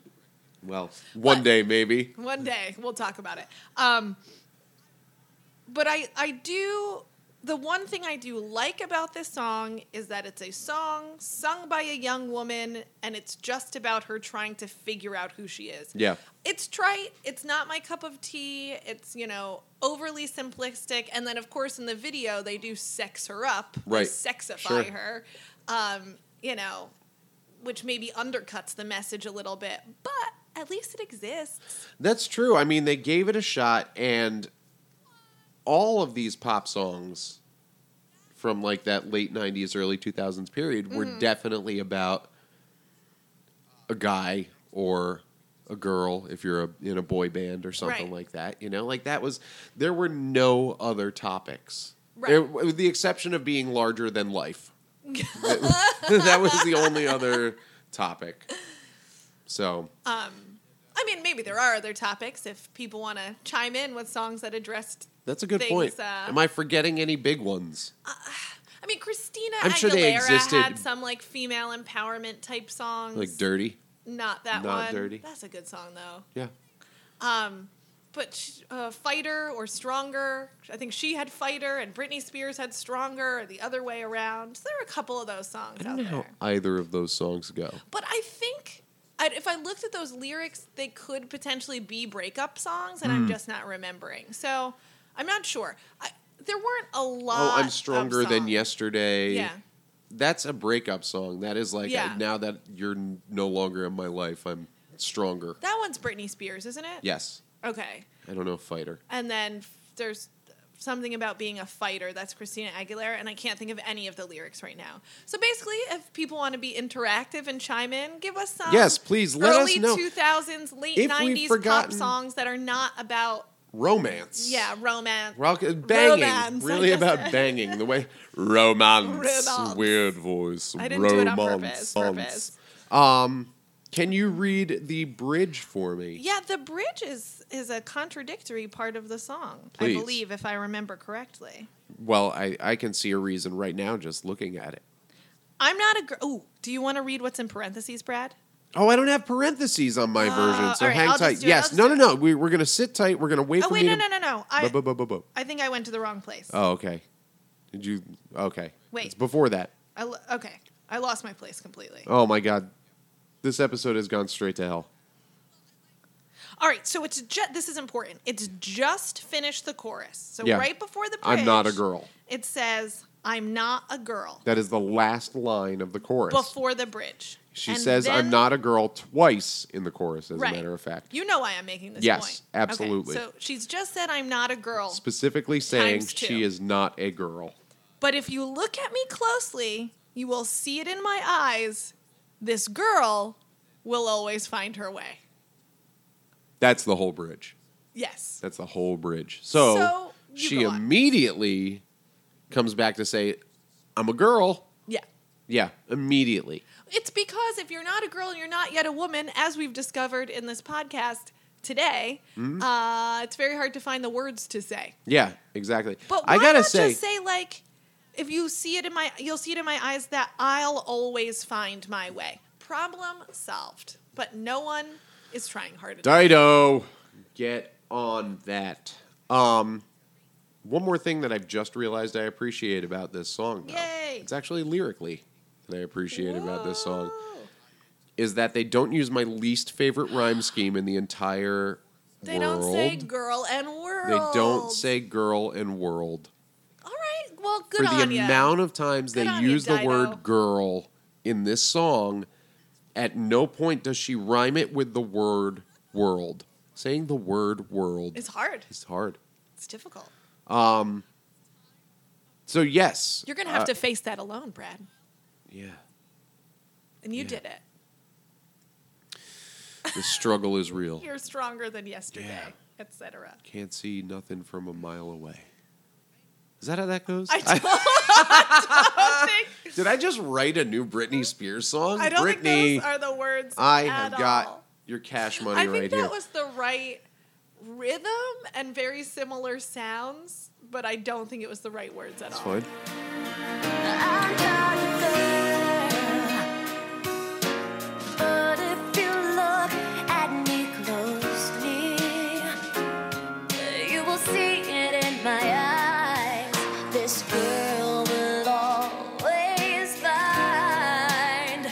[SPEAKER 1] Well, one
[SPEAKER 3] But-
[SPEAKER 1] day maybe.
[SPEAKER 3] One day we'll talk about it. Um, but I, I do. The one thing I do like about this song is that it's a song sung by a young woman, and it's just about her trying to figure out who she is.
[SPEAKER 1] Yeah.
[SPEAKER 3] It's trite. It's not my cup of tea. It's, you know, overly simplistic. And then, of course, in the video, they do sex her up, they
[SPEAKER 1] Right.
[SPEAKER 3] sexify
[SPEAKER 1] Sure.
[SPEAKER 3] her, um, you know, which maybe undercuts the message a little bit. But at least it exists.
[SPEAKER 1] That's true. I mean, they gave it a shot, and all of these pop songs from like that late 90s, early 2000s period were
[SPEAKER 3] Mm-hmm.
[SPEAKER 1] definitely about a guy or a girl if you're a, in a boy band or something
[SPEAKER 3] Right.
[SPEAKER 1] like that. You know, like that was, there were no other topics.
[SPEAKER 3] Right.
[SPEAKER 1] There- with the exception of being larger than life. that, that was the only other topic. So,
[SPEAKER 3] I mean, maybe there are other topics if people want to chime in with songs that addressed.
[SPEAKER 1] That's a good
[SPEAKER 3] things,
[SPEAKER 1] point.
[SPEAKER 3] uh,
[SPEAKER 1] Am I forgetting any big ones?
[SPEAKER 3] I mean, Christina
[SPEAKER 1] I'm
[SPEAKER 3] Aguilera
[SPEAKER 1] sure they existed.
[SPEAKER 3] had some like female empowerment type songs.
[SPEAKER 1] Like dirty?
[SPEAKER 3] Not that
[SPEAKER 1] Not
[SPEAKER 3] one.
[SPEAKER 1] Dirty.
[SPEAKER 3] That's a good song though.
[SPEAKER 1] Yeah.
[SPEAKER 3] Um, but sh- uh, Fighter or Stronger, I think she had Fighter and Britney Spears had Stronger or the other way around. So there were a couple of those songs
[SPEAKER 1] I don't know
[SPEAKER 3] out
[SPEAKER 1] how
[SPEAKER 3] there.
[SPEAKER 1] either of those songs go.
[SPEAKER 3] But I think i if I looked at those lyrics, they could potentially be breakup songs, and I'm
[SPEAKER 1] Hmm.
[SPEAKER 3] just not remembering. So I'm not sure. I, there weren't a lot.
[SPEAKER 1] Oh, I'm
[SPEAKER 3] of
[SPEAKER 1] stronger than
[SPEAKER 3] songs.
[SPEAKER 1] yesterday.
[SPEAKER 3] Yeah.
[SPEAKER 1] That's a breakup song. That is like
[SPEAKER 3] Yeah.
[SPEAKER 1] now that you're n- no longer in my life, I'm stronger.
[SPEAKER 3] That one's Britney Spears, isn't it?
[SPEAKER 1] yes.
[SPEAKER 3] Okay.
[SPEAKER 1] I don't know fighter.
[SPEAKER 3] And then f- there's something about being a fighter. That's Christina Aguilera, and I can't think of any of the lyrics right now. So basically, if people want to be interactive and chime in, give us some
[SPEAKER 1] Yes, please let
[SPEAKER 3] early
[SPEAKER 1] us know.
[SPEAKER 3] 2000s, late
[SPEAKER 1] If we've
[SPEAKER 3] 90s pop
[SPEAKER 1] forgotten-
[SPEAKER 3] songs that are not about
[SPEAKER 1] Romance.
[SPEAKER 3] yeah romance.
[SPEAKER 1] Rock, uh, banging.
[SPEAKER 3] Romance, I
[SPEAKER 1] really
[SPEAKER 3] just
[SPEAKER 1] about
[SPEAKER 3] said.
[SPEAKER 1] banging. The way romance.
[SPEAKER 3] Romance.
[SPEAKER 1] Weird voice.
[SPEAKER 3] I didn't do it on
[SPEAKER 1] romance.
[SPEAKER 3] purpose, purpose.
[SPEAKER 1] Um, can you read the bridge for me?
[SPEAKER 3] Yeah, the bridge is is a contradictory part of the song,
[SPEAKER 1] Please.
[SPEAKER 3] I believe, if I remember correctly.
[SPEAKER 1] Well, I, I can see a reason right now just looking at it.
[SPEAKER 3] I'm not a girl. Oh, do you want to read what's in parentheses, Brad?
[SPEAKER 1] Oh, I don't have parentheses on my version, so
[SPEAKER 3] Uh, all right,
[SPEAKER 1] hang
[SPEAKER 3] I'll just
[SPEAKER 1] tight.
[SPEAKER 3] do it, I'll
[SPEAKER 1] Yes,
[SPEAKER 3] just
[SPEAKER 1] no,
[SPEAKER 3] do
[SPEAKER 1] no, no. We, we're gonna sit tight. We're gonna wait
[SPEAKER 3] Oh
[SPEAKER 1] for
[SPEAKER 3] wait,
[SPEAKER 1] me
[SPEAKER 3] no,
[SPEAKER 1] to.
[SPEAKER 3] no, no, no. I,
[SPEAKER 1] Bu- bu- bu- bu- bu.
[SPEAKER 3] I think I went to the wrong place.
[SPEAKER 1] Oh, okay. Did you? Okay.
[SPEAKER 3] Wait.
[SPEAKER 1] It's before that.
[SPEAKER 3] I lo- okay, I lost my place completely.
[SPEAKER 1] Oh my god, this episode has gone straight to hell.
[SPEAKER 3] All right, so it's just this is important. It's just finish the chorus. So
[SPEAKER 1] Yeah.
[SPEAKER 3] right before the bridge,
[SPEAKER 1] I'm not a girl.
[SPEAKER 3] It says I'm not a girl
[SPEAKER 1] That is the last line of the chorus.
[SPEAKER 3] before the bridge.
[SPEAKER 1] she
[SPEAKER 3] And
[SPEAKER 1] says, "I'm
[SPEAKER 3] then-
[SPEAKER 1] not a girl" twice in the chorus, as
[SPEAKER 3] Right.
[SPEAKER 1] a matter of fact.
[SPEAKER 3] You know why I'm making this
[SPEAKER 1] Yes,
[SPEAKER 3] point.
[SPEAKER 1] absolutely.
[SPEAKER 3] So she's just said I'm not a girl.
[SPEAKER 1] Specifically saying
[SPEAKER 3] Times two.
[SPEAKER 1] she is not a girl.
[SPEAKER 3] But if you look at me closely, you will see it in my eyes. This girl will always find her way.
[SPEAKER 1] That's the whole bridge.
[SPEAKER 3] Yes.
[SPEAKER 1] That's the whole bridge. So,
[SPEAKER 3] So, you
[SPEAKER 1] she
[SPEAKER 3] go on.
[SPEAKER 1] immediately comes back to say, "I'm a girl."
[SPEAKER 3] Yeah.
[SPEAKER 1] Yeah, immediately.
[SPEAKER 3] It's because if you're not a girl and you're not yet a woman, as we've discovered in this podcast today,
[SPEAKER 1] Mm-hmm.
[SPEAKER 3] uh, it's very hard to find the words to say.
[SPEAKER 1] Yeah, exactly.
[SPEAKER 3] But why
[SPEAKER 1] I gotta
[SPEAKER 3] not
[SPEAKER 1] say,
[SPEAKER 3] just say like, if you see it in my, you'll see it in my eyes that I'll always find my way. Problem solved. But no one is trying hard enough.
[SPEAKER 1] Dido, get on that. Um, one more thing that I've just realized I appreciate about this song. Though.
[SPEAKER 3] Yay.
[SPEAKER 1] It's actually lyrically that I appreciate about this song
[SPEAKER 3] Whoa.
[SPEAKER 1] is that they don't use my least favorite rhyme scheme in the entire
[SPEAKER 3] They
[SPEAKER 1] world.
[SPEAKER 3] don't say girl and world.
[SPEAKER 1] They don't say girl and world.
[SPEAKER 3] All right. Well, good
[SPEAKER 1] for
[SPEAKER 3] on
[SPEAKER 1] the
[SPEAKER 3] ya.
[SPEAKER 1] amount of times
[SPEAKER 3] Good
[SPEAKER 1] they
[SPEAKER 3] on ya,
[SPEAKER 1] use the
[SPEAKER 3] Dido.
[SPEAKER 1] word girl in this song, at no point does she rhyme it with the word world. Saying the word world
[SPEAKER 3] It's hard.
[SPEAKER 1] is hard.
[SPEAKER 3] It's difficult.
[SPEAKER 1] So yes, uh,
[SPEAKER 3] You're gonna have to face that alone, Brad.
[SPEAKER 1] Yeah,
[SPEAKER 3] And you
[SPEAKER 1] yeah.
[SPEAKER 3] did it.
[SPEAKER 1] the struggle is real.
[SPEAKER 3] You're stronger than yesterday,
[SPEAKER 1] Yeah.
[SPEAKER 3] etc.
[SPEAKER 1] Can't see nothing from a mile away. Is that how that goes?
[SPEAKER 3] I don't, I don't think.
[SPEAKER 1] did I just write a new Britney Spears song?
[SPEAKER 3] I don't
[SPEAKER 1] Britney,
[SPEAKER 3] think those are the words.
[SPEAKER 1] I
[SPEAKER 3] at
[SPEAKER 1] have got
[SPEAKER 3] all.
[SPEAKER 1] your cash money
[SPEAKER 3] I think
[SPEAKER 1] right
[SPEAKER 3] that
[SPEAKER 1] here.
[SPEAKER 3] was the right rhythm and very similar sounds, but I don't think it was the right words at
[SPEAKER 1] That's
[SPEAKER 3] all.
[SPEAKER 1] fine.
[SPEAKER 2] I'm not a girl, but if you look at me closely, you will see it in my eyes. This girl will always find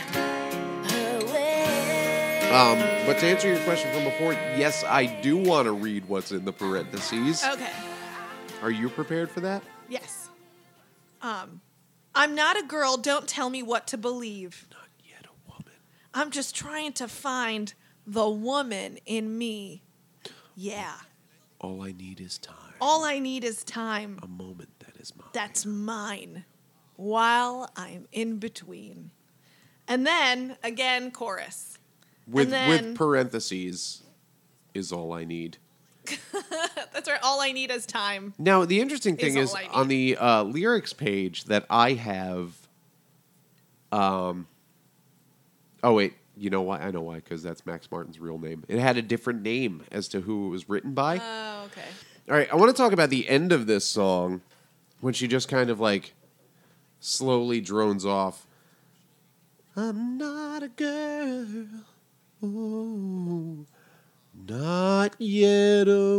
[SPEAKER 2] her way.
[SPEAKER 1] Um, but to answer your question from before, yes, I do want to read what's in the parentheses.
[SPEAKER 3] Okay.
[SPEAKER 1] Are you prepared for that?
[SPEAKER 3] Yes. Um, I'm not a girl. Don't tell me what to believe.
[SPEAKER 1] Not yet a woman.
[SPEAKER 3] I'm just trying to find the woman in me. Yeah.
[SPEAKER 1] All I need is time.
[SPEAKER 3] All I need is time.
[SPEAKER 1] a moment that is mine.
[SPEAKER 3] That's mine while I'm in between. And then again, chorus.
[SPEAKER 1] with
[SPEAKER 3] and then-
[SPEAKER 1] with parentheses is all I need.
[SPEAKER 3] That's right. All I need is time.
[SPEAKER 1] Now the interesting
[SPEAKER 3] Is
[SPEAKER 1] thing
[SPEAKER 3] all
[SPEAKER 1] is,
[SPEAKER 3] I need.
[SPEAKER 1] on the uh, lyrics page that I have. Um. Oh wait, you know why? I know why because that's Max Martin's real name. It had a different name as to who it was written by.
[SPEAKER 3] Oh, okay.
[SPEAKER 1] All right, I want to talk about the end of this song when she just kind of like slowly drones off. I'm not a girl. Ooh, not yet a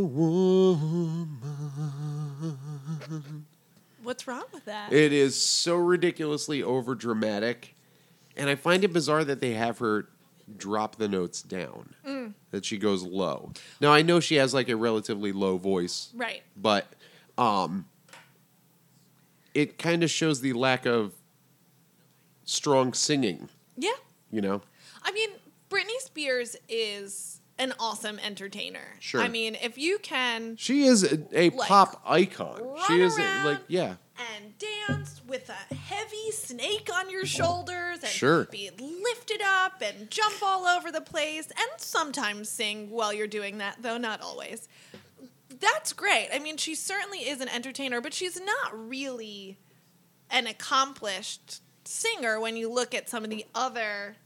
[SPEAKER 1] woman.
[SPEAKER 3] What's wrong with that?
[SPEAKER 1] It is so ridiculously over dramatic. And I find it bizarre that they have her drop the notes down, that she goes low. Now, I know she has like a relatively low voice
[SPEAKER 3] right.
[SPEAKER 1] but um it kind of shows the lack of strong singing
[SPEAKER 3] Yeah.
[SPEAKER 1] you know
[SPEAKER 3] I mean, Britney Spears is an awesome entertainer.
[SPEAKER 1] Sure.
[SPEAKER 3] I mean, if you can
[SPEAKER 1] she is a, a
[SPEAKER 3] Like,
[SPEAKER 1] pop icon
[SPEAKER 3] run
[SPEAKER 1] she is
[SPEAKER 3] around.
[SPEAKER 1] like yeah
[SPEAKER 3] and dance with a heavy snake on your shoulders and
[SPEAKER 1] Sure.
[SPEAKER 3] be lifted up and jump all over the place and sometimes sing while you're doing that, though not always. That's great. I mean, she certainly is an entertainer, but she's not really an accomplished singer when you look at some of the other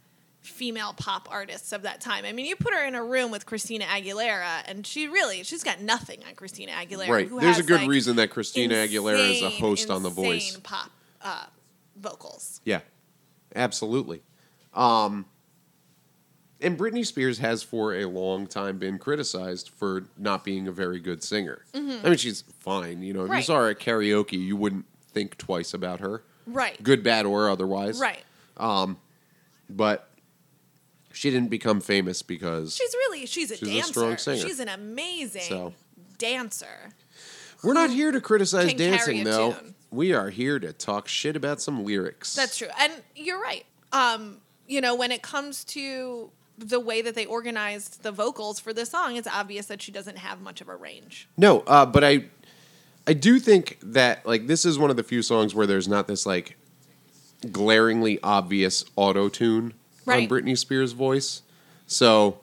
[SPEAKER 3] female pop artists of that time. I mean, you put her in a room with Christina Aguilera and she really she's got nothing on Christina Aguilera.
[SPEAKER 1] right
[SPEAKER 3] who
[SPEAKER 1] there's a
[SPEAKER 3] has,
[SPEAKER 1] good
[SPEAKER 3] like,
[SPEAKER 1] reason that christina aguilera is a
[SPEAKER 3] insane,
[SPEAKER 1] host on the voice
[SPEAKER 3] insane pop uh, vocals.
[SPEAKER 1] yeah absolutely um And Britney Spears has for a long time been criticized for not being a very good singer. I mean, she's fine. You know, if you
[SPEAKER 3] Mm-hmm. Right.
[SPEAKER 1] saw her at karaoke, you wouldn't think twice about her,
[SPEAKER 3] Right.
[SPEAKER 1] good, bad, or otherwise.
[SPEAKER 3] Right.
[SPEAKER 1] But she didn't become famous because
[SPEAKER 3] She's really she's a
[SPEAKER 1] She's a
[SPEAKER 3] dancer.
[SPEAKER 1] strong singer.
[SPEAKER 3] She's an amazing
[SPEAKER 1] So.
[SPEAKER 3] dancer.
[SPEAKER 1] we're not here to criticize
[SPEAKER 3] can carry
[SPEAKER 1] dancing,
[SPEAKER 3] a
[SPEAKER 1] though.
[SPEAKER 3] tune.
[SPEAKER 1] We are here to talk shit about some lyrics.
[SPEAKER 3] That's true. And you're right. Um, you know, when it comes to the way that they organized the vocals for this song, it's obvious that she doesn't have much of a range.
[SPEAKER 1] No, uh, but I, I do think that like this is one of the few songs where there's not this like glaringly obvious auto tune
[SPEAKER 3] Right.
[SPEAKER 1] on Britney Spears' voice. So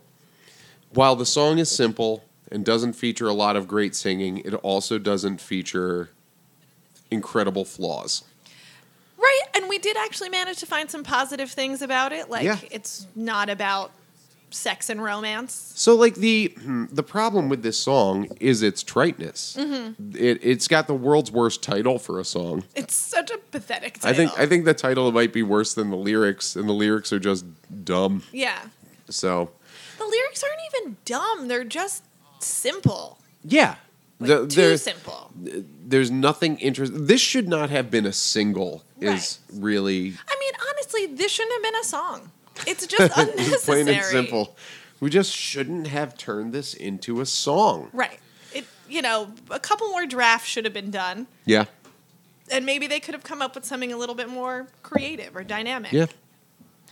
[SPEAKER 1] while the song is simple and doesn't feature a lot of great singing, it also doesn't feature incredible flaws.
[SPEAKER 3] Right. And we did actually manage to find some positive things about it. Like
[SPEAKER 1] Yeah.
[SPEAKER 3] it's not about sex and romance.
[SPEAKER 1] So like the the problem with this song is its triteness.
[SPEAKER 3] Mm-hmm.
[SPEAKER 1] It it's got the world's worst title for a song.
[SPEAKER 3] It's such a pathetic
[SPEAKER 1] I
[SPEAKER 3] title.
[SPEAKER 1] think I think the title might be worse than the lyrics, and the lyrics are just dumb.
[SPEAKER 3] Yeah.
[SPEAKER 1] So
[SPEAKER 3] The lyrics aren't even dumb. They're just simple.
[SPEAKER 1] yeah,
[SPEAKER 3] Like,
[SPEAKER 1] The-
[SPEAKER 3] too
[SPEAKER 1] there-
[SPEAKER 3] simple.
[SPEAKER 1] there's nothing interesting. This should not have been a single. Is
[SPEAKER 3] Right.
[SPEAKER 1] really
[SPEAKER 3] I mean, honestly, this shouldn't have been a song. It's just unnecessary.
[SPEAKER 1] plain and simple. We just shouldn't have turned this into a song.
[SPEAKER 3] Right. It, you know, a couple more drafts should have been done.
[SPEAKER 1] Yeah,
[SPEAKER 3] And maybe they could have come up with something a little bit more creative or dynamic.
[SPEAKER 1] yeah.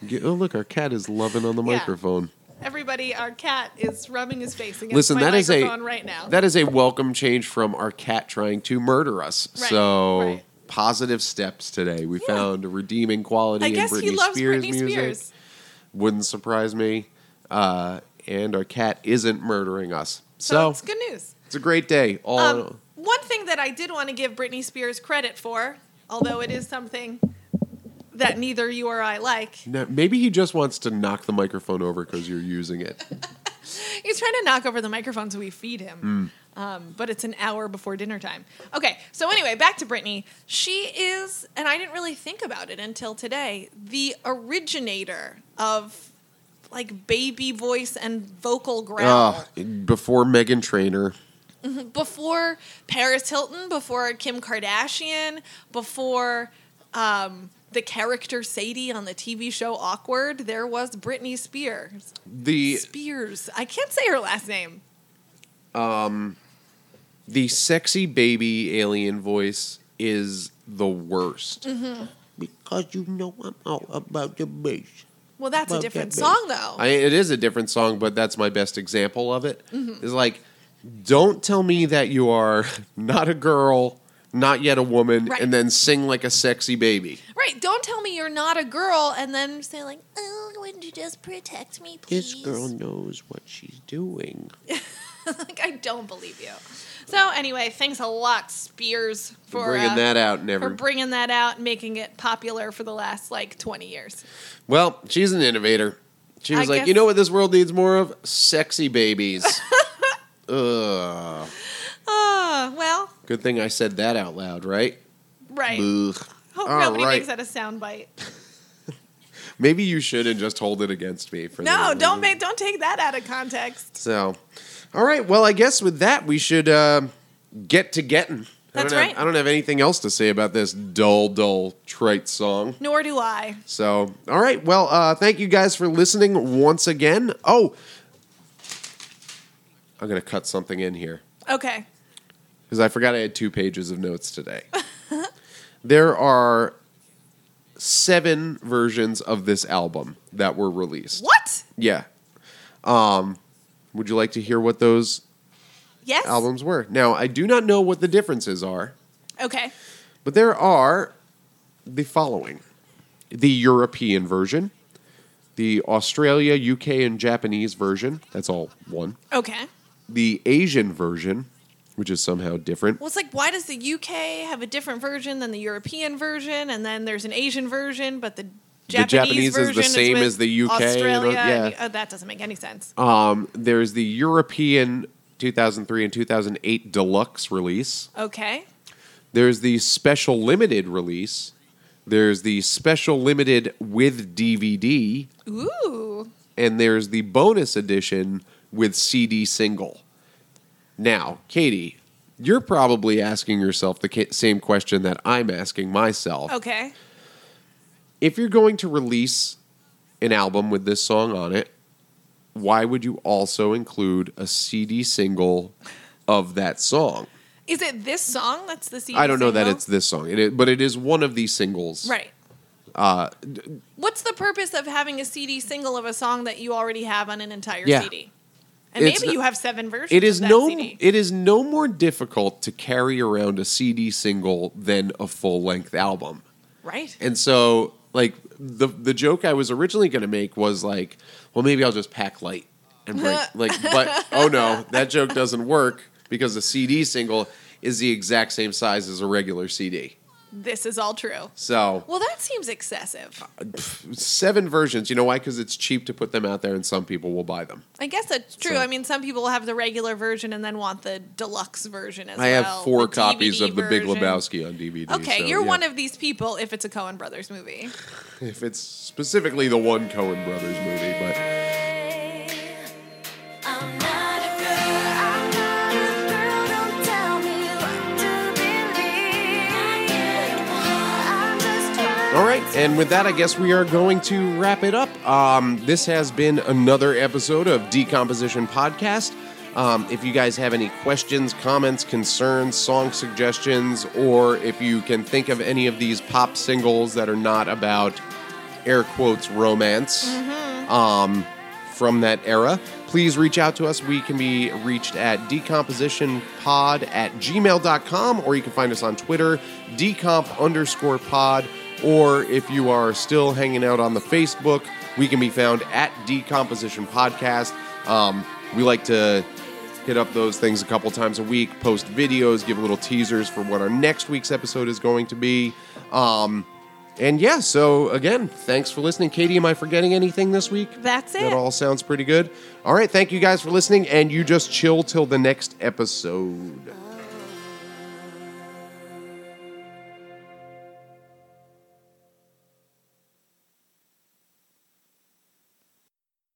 [SPEAKER 1] Ge- Oh look, our cat is loving on the
[SPEAKER 3] Yeah.
[SPEAKER 1] microphone.
[SPEAKER 3] Everybody, our cat is rubbing his face against
[SPEAKER 1] Listen,
[SPEAKER 3] my
[SPEAKER 1] that is a
[SPEAKER 3] microphone right now.
[SPEAKER 1] that is a welcome change from our cat trying to murder us.
[SPEAKER 3] Right,
[SPEAKER 1] so.
[SPEAKER 3] right.
[SPEAKER 1] Positive steps today. We
[SPEAKER 3] Yeah.
[SPEAKER 1] found a redeeming quality
[SPEAKER 3] I
[SPEAKER 1] in
[SPEAKER 3] guess
[SPEAKER 1] Britney
[SPEAKER 3] he loves
[SPEAKER 1] Spears
[SPEAKER 3] Britney
[SPEAKER 1] music.
[SPEAKER 3] Spears.
[SPEAKER 1] wouldn't surprise me. Uh, and our cat isn't murdering us.
[SPEAKER 3] So
[SPEAKER 1] So
[SPEAKER 3] it's good news.
[SPEAKER 1] it's a great day. All in all.
[SPEAKER 3] Um, one thing that I did want to give Britney Spears credit for, although it is something that neither you or I like,
[SPEAKER 1] No, maybe he just wants to knock the microphone over because you're using it.
[SPEAKER 3] He's trying to knock over the microphones we feed him. Um, but it's an hour before dinner time. Okay, so anyway, back to Brittany. She is, and I didn't really think about it until today, the originator of like baby voice and vocal growl.
[SPEAKER 1] Ah, before Megan Trainer,
[SPEAKER 3] Before Paris Hilton, before Kim Kardashian, before um, the character Sadie on the TV show Awkward, there was Britney Spears.
[SPEAKER 1] the
[SPEAKER 3] Spears. I can't say her last name.
[SPEAKER 1] the sexy baby alien voice is the worst.
[SPEAKER 4] because you know I'm all about the bass.
[SPEAKER 3] Well, that's a
[SPEAKER 4] Love
[SPEAKER 3] different
[SPEAKER 4] that bass.
[SPEAKER 3] song, though.
[SPEAKER 1] I, it is a different song, but that's my best example of it.
[SPEAKER 3] Mm-hmm.
[SPEAKER 1] Is like, don't tell me that you are not a girl, not yet a woman,
[SPEAKER 3] Right.
[SPEAKER 1] and then sing like a sexy baby.
[SPEAKER 3] right. Don't tell me you're not a girl and then say, like,
[SPEAKER 2] Oh, wouldn't you just protect me, please?
[SPEAKER 4] This girl knows what she's doing.
[SPEAKER 3] like, I don't believe you. So, anyway, thanks a lot, Spears, for
[SPEAKER 1] bringing
[SPEAKER 3] uh,
[SPEAKER 1] that out and
[SPEAKER 3] For
[SPEAKER 1] every
[SPEAKER 3] bringing that out and making it popular for the last like 20 years.
[SPEAKER 1] well she's an innovator she was
[SPEAKER 3] I
[SPEAKER 1] like
[SPEAKER 3] guess-
[SPEAKER 1] you know what this world needs more of sexy babies Ugh.
[SPEAKER 3] Oh, well,
[SPEAKER 1] good thing i said that out loud right
[SPEAKER 3] right.
[SPEAKER 1] Ugh.
[SPEAKER 3] Hope
[SPEAKER 1] All
[SPEAKER 3] nobody
[SPEAKER 1] right.
[SPEAKER 3] makes that a soundbite.
[SPEAKER 1] maybe you shouldn't just hold it against me for
[SPEAKER 3] No,
[SPEAKER 1] that
[SPEAKER 3] don't make, don't take that out of context.
[SPEAKER 1] so all right well i guess with that we should uh, get to getting I
[SPEAKER 3] That's
[SPEAKER 1] don't have,
[SPEAKER 3] right.
[SPEAKER 1] I don't have anything else to say about this dull, dull, trite song.
[SPEAKER 3] Nor do I.
[SPEAKER 1] So, all right. Well, uh, thank you guys for listening once again. Oh, I'm going to cut something in here
[SPEAKER 3] Okay.
[SPEAKER 1] because I forgot I had two pages of notes today. there are seven versions of this album that were released.
[SPEAKER 3] What?
[SPEAKER 1] Yeah. Um, would you like to hear what those
[SPEAKER 3] Yes.
[SPEAKER 1] albums were? Now, I do not know what the differences are,
[SPEAKER 3] Okay.
[SPEAKER 1] but there are the following the European version, the Australia, UK, and Japanese version. That's all one.
[SPEAKER 3] Okay.
[SPEAKER 1] The Asian version, which is somehow different.
[SPEAKER 3] Well, it's like, why does the UK have a different version than the European version, and then there's an Asian version, but the Japanese,
[SPEAKER 1] Japanese is the
[SPEAKER 3] version
[SPEAKER 1] same
[SPEAKER 3] with
[SPEAKER 1] as the UK and-
[SPEAKER 3] Australia. and-
[SPEAKER 1] yeah.
[SPEAKER 3] oh, that doesn't make any sense.
[SPEAKER 1] Um, there's the European 2003 and 2008 deluxe release.
[SPEAKER 3] Okay,
[SPEAKER 1] There's the special limited release. There's the special limited with DVD.
[SPEAKER 3] ooh,
[SPEAKER 1] and there's the bonus edition with CD single. Now, Katie, you're probably asking yourself the ca- same question that I'm asking myself.
[SPEAKER 3] Okay.
[SPEAKER 1] If you're going to release an album with this song on it, why would you also include a CD single of that song?
[SPEAKER 3] Is it this song that's the CD?
[SPEAKER 1] I don't know that
[SPEAKER 3] single?
[SPEAKER 1] it's this song, it is, but it is one of these singles.
[SPEAKER 3] right.
[SPEAKER 1] Uh,
[SPEAKER 3] What's the purpose of having a CD single of a song that you already have on an entire
[SPEAKER 1] Yeah.
[SPEAKER 3] CD? And
[SPEAKER 1] It's
[SPEAKER 3] maybe
[SPEAKER 1] no-
[SPEAKER 3] you have seven versions.
[SPEAKER 1] It is
[SPEAKER 3] of that
[SPEAKER 1] no
[SPEAKER 3] CD.
[SPEAKER 1] it is no more difficult to carry around a CD single than a full-length album.
[SPEAKER 3] right.
[SPEAKER 1] And so like the the joke I was originally going to make was like, well maybe I'll just pack light and break like but oh no, that joke doesn't work because a CD single is the exact same size as a regular CD.
[SPEAKER 3] this is all true.
[SPEAKER 1] So,
[SPEAKER 3] Well, that seems excessive.
[SPEAKER 1] seven versions, you know why? Cuz it's cheap to put them out there and some people will buy them.
[SPEAKER 3] I guess that's true.
[SPEAKER 1] So-
[SPEAKER 3] I mean, some people have the regular version and then want the deluxe version as
[SPEAKER 1] I
[SPEAKER 3] well.
[SPEAKER 1] have four
[SPEAKER 3] the
[SPEAKER 1] copies
[SPEAKER 3] DVD
[SPEAKER 1] of The Big
[SPEAKER 3] version.
[SPEAKER 1] Lebowski on DVD.
[SPEAKER 3] Okay,
[SPEAKER 1] so,
[SPEAKER 3] you're
[SPEAKER 1] yeah.
[SPEAKER 3] one of these people if it's a Coen Brothers movie.
[SPEAKER 1] if it's specifically the one Cohen Brothers movie, but
[SPEAKER 2] I'm not a girl, I'm not a girl, don't tell me what to believe. I'm just trying
[SPEAKER 1] all right. And with that, I guess we are going to wrap it up. Um, this has been another episode of Decomposition Podcast. Um, if you guys have any questions, comments, concerns, song suggestions, or if you can think of any of these pop singles that are not about air quotes romance, um, from that era, please reach out to us. We can be reached at decompositionpod at gmail.com or you can find us on Twitter, decomp underscore pod. Or if you are still hanging out on the Facebook, we can be found at decomposition podcast. Um, we like to hit up those things a couple times a week, post videos, give little teasers for what our next week's episode is going to be. Um, and yeah, so again, thanks for listening. Katie, am I forgetting anything this week?
[SPEAKER 3] That's it.
[SPEAKER 1] That all sounds pretty good. All right, thank you guys for listening, and you just chill till the next episode.
[SPEAKER 2] I